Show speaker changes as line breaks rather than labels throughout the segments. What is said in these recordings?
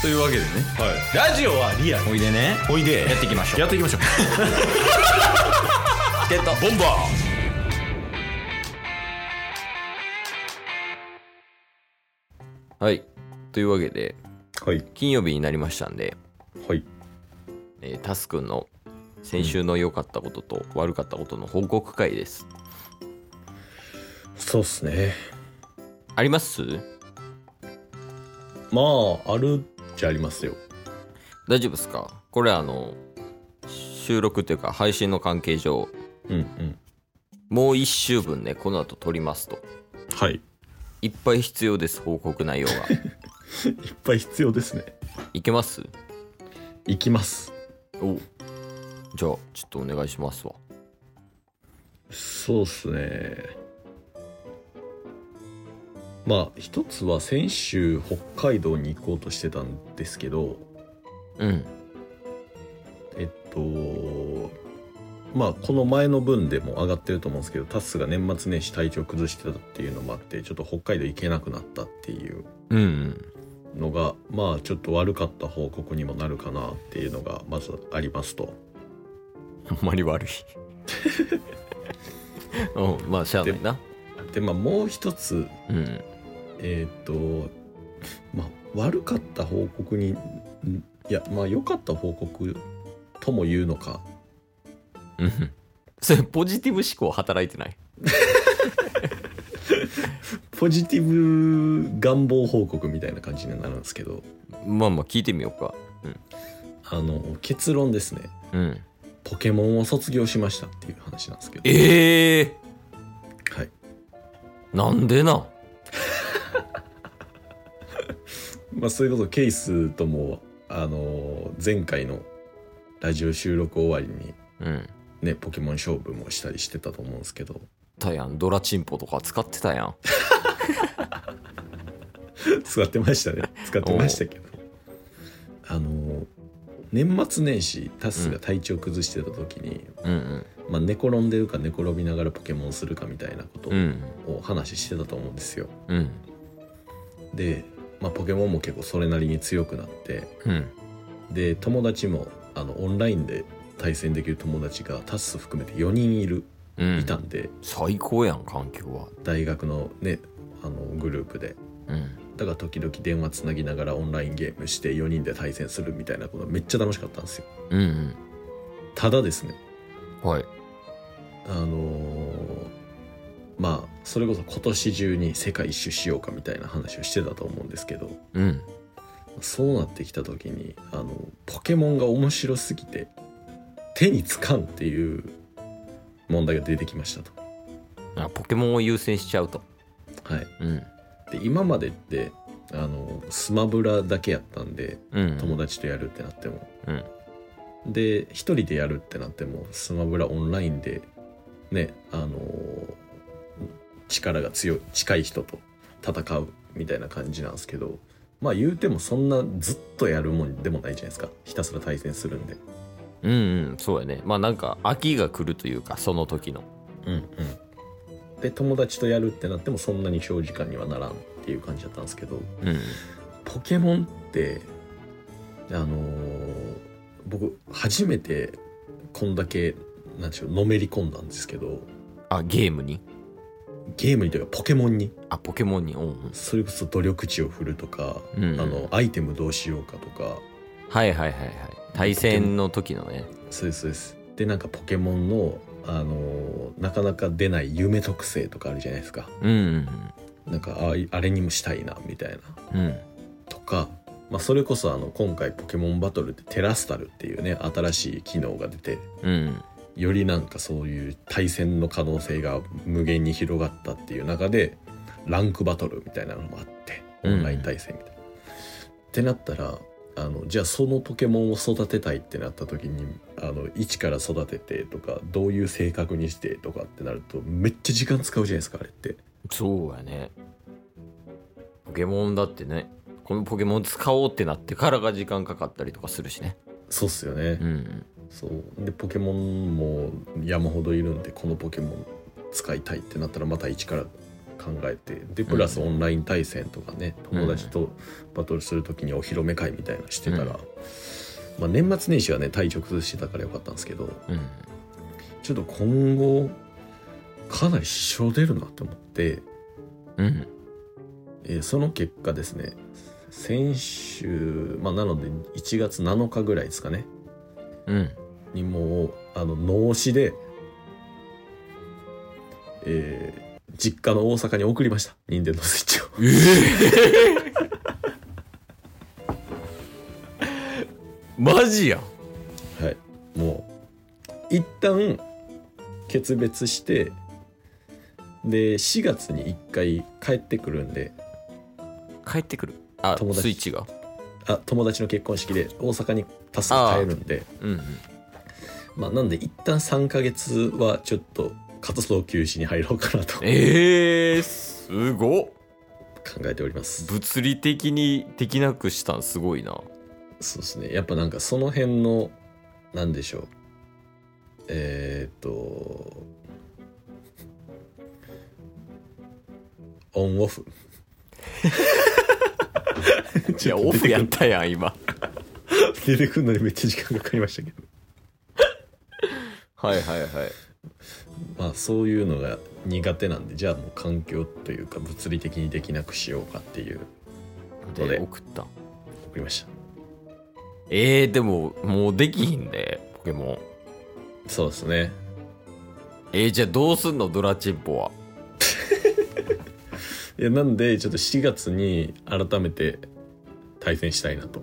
というわけでね
はい、ラジオはリアル
おいでね
おいで
やっていきましょう
やっていきましょう
ゲット
ボンバ
はいというわけで
ーはい
金曜日になりましたんで、
はい
えータスくんの先週の良かったことと悪かったことの報告会です、
そうっすね
あります
まああるっちゃありますよ
大丈夫ですかこれあの収録というか配信の関係上
うんうん
もう1週分ねこの後撮りますと
はい
いっぱい必要です報告内容 が
いっぱい必要ですね
いけます
いきます
おじゃあちょっとお願いしますわ
そうっすねまあ一つは先週北海道に行こうとしてたんですけど
うん
えっとまあこの前の分でも上がってると思うんですけどタスが年末年始体調崩してたっていうのもあってちょっと北海道行けなくなったっていう
うんうん
のがまあちょっと悪かった報告にもなるかなっていうのがまずありますと
あんまり 悪いうんまあしゃあないな
でまあもう一つ
うん
えっ、とまあ悪かった報告にんいやまあ良かった報告とも言うのか
うんそれポジティブ思考働いてない
ポジティブ願望報告みたいな感じになるんですけど
まあまあ聞いてみようか
あの結論ですね
うん
ポケモンを卒業しましたっていう話なんですけど
ええ
はい
なんでな
まあ、それこそケイスとも、あのー前回のラジオ収録終わりに、
うん
ね、ポケモン勝負もしたりしてたと思うんですけど、
たやんドラチンポとか使ってたやん
使ってましたね。使ってましたけど。あのー年末年始、タスが体調崩してた時に、
うん
まあ、寝転んでるか寝転びながらポケモンするかみたいなこと
うんうん
を話してたと思うんですよ。
うん
で、まあ、ポケモンも結構それなりに強くなって、
うん
で、友達も、あの、オンラインで対戦できる友達がタス含めて4人いる。
うん
いたんで、
最高やん環境は
大学のねあのグループで
うん
だから時々電話つなぎながらオンラインゲームして4人で対戦するみたいなことめっちゃ楽しかったんですよ
うん
ただですね
うんはい
あのーまあそれこそ今年中に世界一周しようかみたいな話をしてたと思うんですけど
うん
そうなってきた時にあのポケモンが面白すぎて手につかんっていう問題が出てきましたと。
あポケモンを優先しちゃうと
はい、
うん
で今までってあのスマブラだけやったんで
うん
友達とやるってなっても、
うん
で一人でやるってなってもスマブラオンラインでねあのー力が強い近い人と戦うみたいな感じなんですけどまあ言うてもそんなずっとやるもんでもないじゃないですかひたすら対戦するんで
うんうんそうやねまあなんか秋が来るというかその時の
うんうんで友達とやるってなってもそんなに長時間にはならんっていう感じだったんですけど
うん
ポケモンってあのー僕初めてこんだけなんちゅうのめり込んだんですけど
あゲームに
ゲームにというかポケモンに
あポケモンにうんうん
それこそ努力値を振るとか、
うんうん
あのアイテムどうしようかとか
はいはいはいはい対戦の時のね
そうですそうですでなんかポケモンの、あのーなかなか出ない夢特性とかあるじゃないですか
うん
なんかああいあれにもしたいなみたいな
うんうん
とか、まあ、それこそあの今回ポケモンバトルでテラスタルっていうね新しい機能が出て
うん
よりなんかそういう対戦の可能性が無限に広がったっていう中でランクバトルみたいなのもあってオンライン対戦みたいな。ってなったらあのじゃあそのポケモンを育てたいってなった時にあの一から育ててとかどういう性格にしてとかってなるとめっちゃ時間使うじゃないですかあれって。
そうやねポケモンだってねこのポケモン使おうってなってからが時間かかったりとかするしね
そうっすよね
う。ん
そうでポケモンも山ほどいるんでこのポケモン使いたいってなったらまた一から考えてでプラスオンライン対戦とかね、
うん
友達とバトルする時にお披露目会みたいなのしてたら、
うん
まあ、年末年始はね体調崩してたからよかったんですけど
うん
ちょっと今後かなり支障出るなと思って、
うん
えーその結果ですね先週、まあ、なので1月7日ぐらいですかね
うん
にもうあの脳死で、えー実家の大阪に送りました任天堂スイッチを
ええ マジやん
はいもう一旦決別してで4月に1回帰ってくるんで
帰ってくるあ
友達
スイッチが
あ友達の結婚式で大阪に多数帰るんで
うん
まあなんで一旦3ヶ月はちょっと活動休止に入ろうかなと考
えー、すごっ
えております
物理的にできなくしたんすごいな
そうですね。やっぱなんかその辺の、なんでしょう。えーっと、オン オフ。
いやオフやったやん今
出てくるのにめっちゃ時間かかりましたけど。
はいはいはい
まあそういうのが苦手なんで、じゃあもう環境というか物理的にできなくしようかっていう、ど
で
れ
送ったん
送りました。
えー、でももうできひんでポケモン
そうですね。
えー、じゃあどうすんのドラチンポはい
やなんでちょっと4月に改めて対戦したいなと。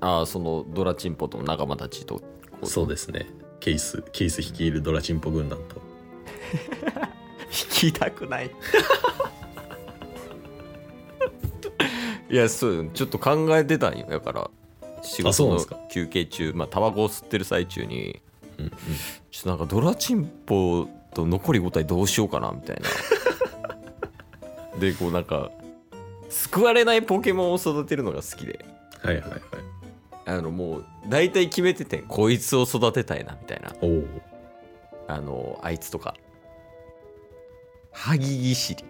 ああそのドラチンポとの仲間たちと
そうですね。ケイス、ケイス率いるドラチンポ軍団と。
引きたく ないいやそうちょっと考えてたんよだから仕
あそ
事
うなん
の
すか
休憩中まあタバコを吸ってる最中に
うんうん
ちょっとなんかドラチンポと残り5体どうしようかなみたいなでこうなんか救われないポケモンを育てるのが好きで
はいはいはい。
あのもう大体決めててこいつを育てたいなみたいな
おお。
あのあいつとかハギギシリ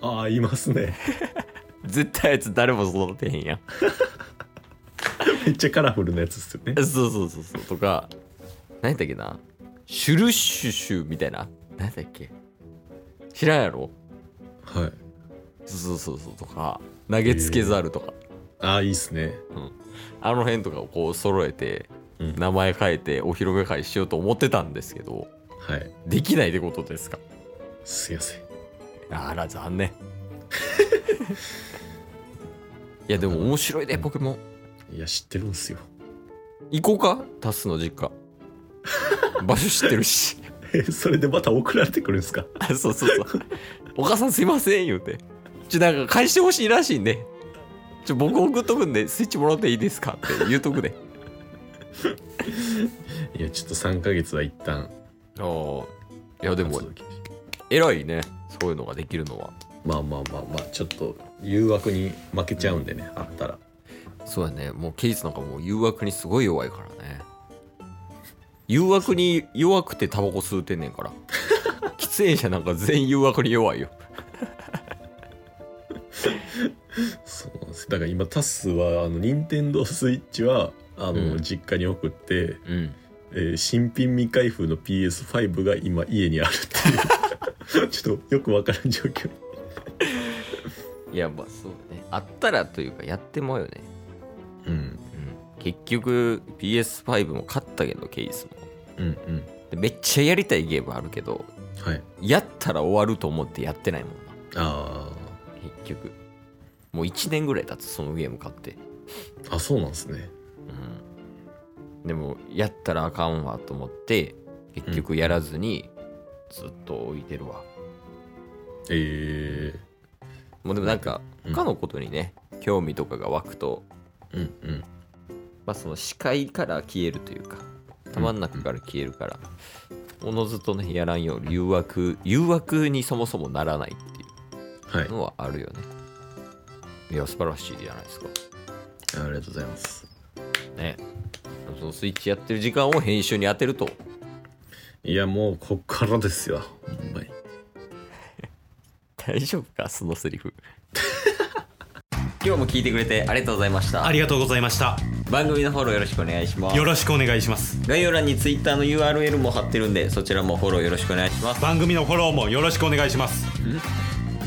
ああ、いますね。
絶対あいつ誰も育てへんやん
めっちゃカラフルなやつっすよね。
そうそうそうそうとか何やったっけなシュルシュシュみたいな何やったっけ知らんやろ
はい。
そうそうそうそうとか投げつけざるとか、
ああ、いいっすね。
あの辺とかをこう揃えて
うん
名前変えてお披露目会しようと思ってたんですけど
はい。
できないってことですか
すいません。
あら残念いやでも面白いねポケモン
いや、知ってるんすよ。
行こうかタスの実家場所知ってるし
え、それでまた送られてくるんですか
あ そうそうそうお母さんすいません言うてちょなんか返してほしいらしいんでちょ僕送っとくんでスイッチもらっていいですかって言うとくで
いや、ちょっと3ヶ月は一旦。
ああいやでも
活動休止
偉いねそういうのができるのは
まあまあまあまあ、ちょっと誘惑に負けちゃうんでね、あったら。
そうやねもうケイスなんかもう誘惑にすごい弱いからね誘惑に弱くてタバコ吸うてんねんから 喫煙者なんか全員誘惑に弱いよ
そうなんです。だから今、タスは、あの、任天堂スイッチは、あの、
うん
実家に送って、
うん
えー新品未開封の PS5 が今家にあるっていう ちょっとよくわからん状況
いやまあそうねあったらというかやってもよね、
うん
うん、結局 PS5 も買ったけどケイスも
うんうん
でめっちゃやりたいゲームあるけど
はい
やったら終わると思ってやってないもんな
あ
結局もう1年ぐらい経つそのゲーム買って
ーあそうなんですね
でもやったらあかんわと思って結局やらずにずっと置いてるわ、
え
もうでもなんか
うん
他のことにね、興味とかが湧くと、
ー、うんうん
まあ、その視界から消えるというか頭の中から消えるからおのずとねやらんように誘惑誘惑にそもそもならないっていう
はいあ
のはあるよねいや素晴らしいじゃないですか
りがとうございます
ねそのスイッチやってる時間を編集に当てると
いやもうこっからですよほんまに
大丈夫かそのセリフ 今日も聞いてくれてありがとうございました
ありがとうございました
番組のフォローよろしくお願いします
よろしくお願いします
概要欄に Twitter の URL も貼ってるんでそちらもフォローよろしくお願いします
番組のフォローもよろしくお願いします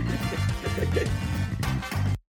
ます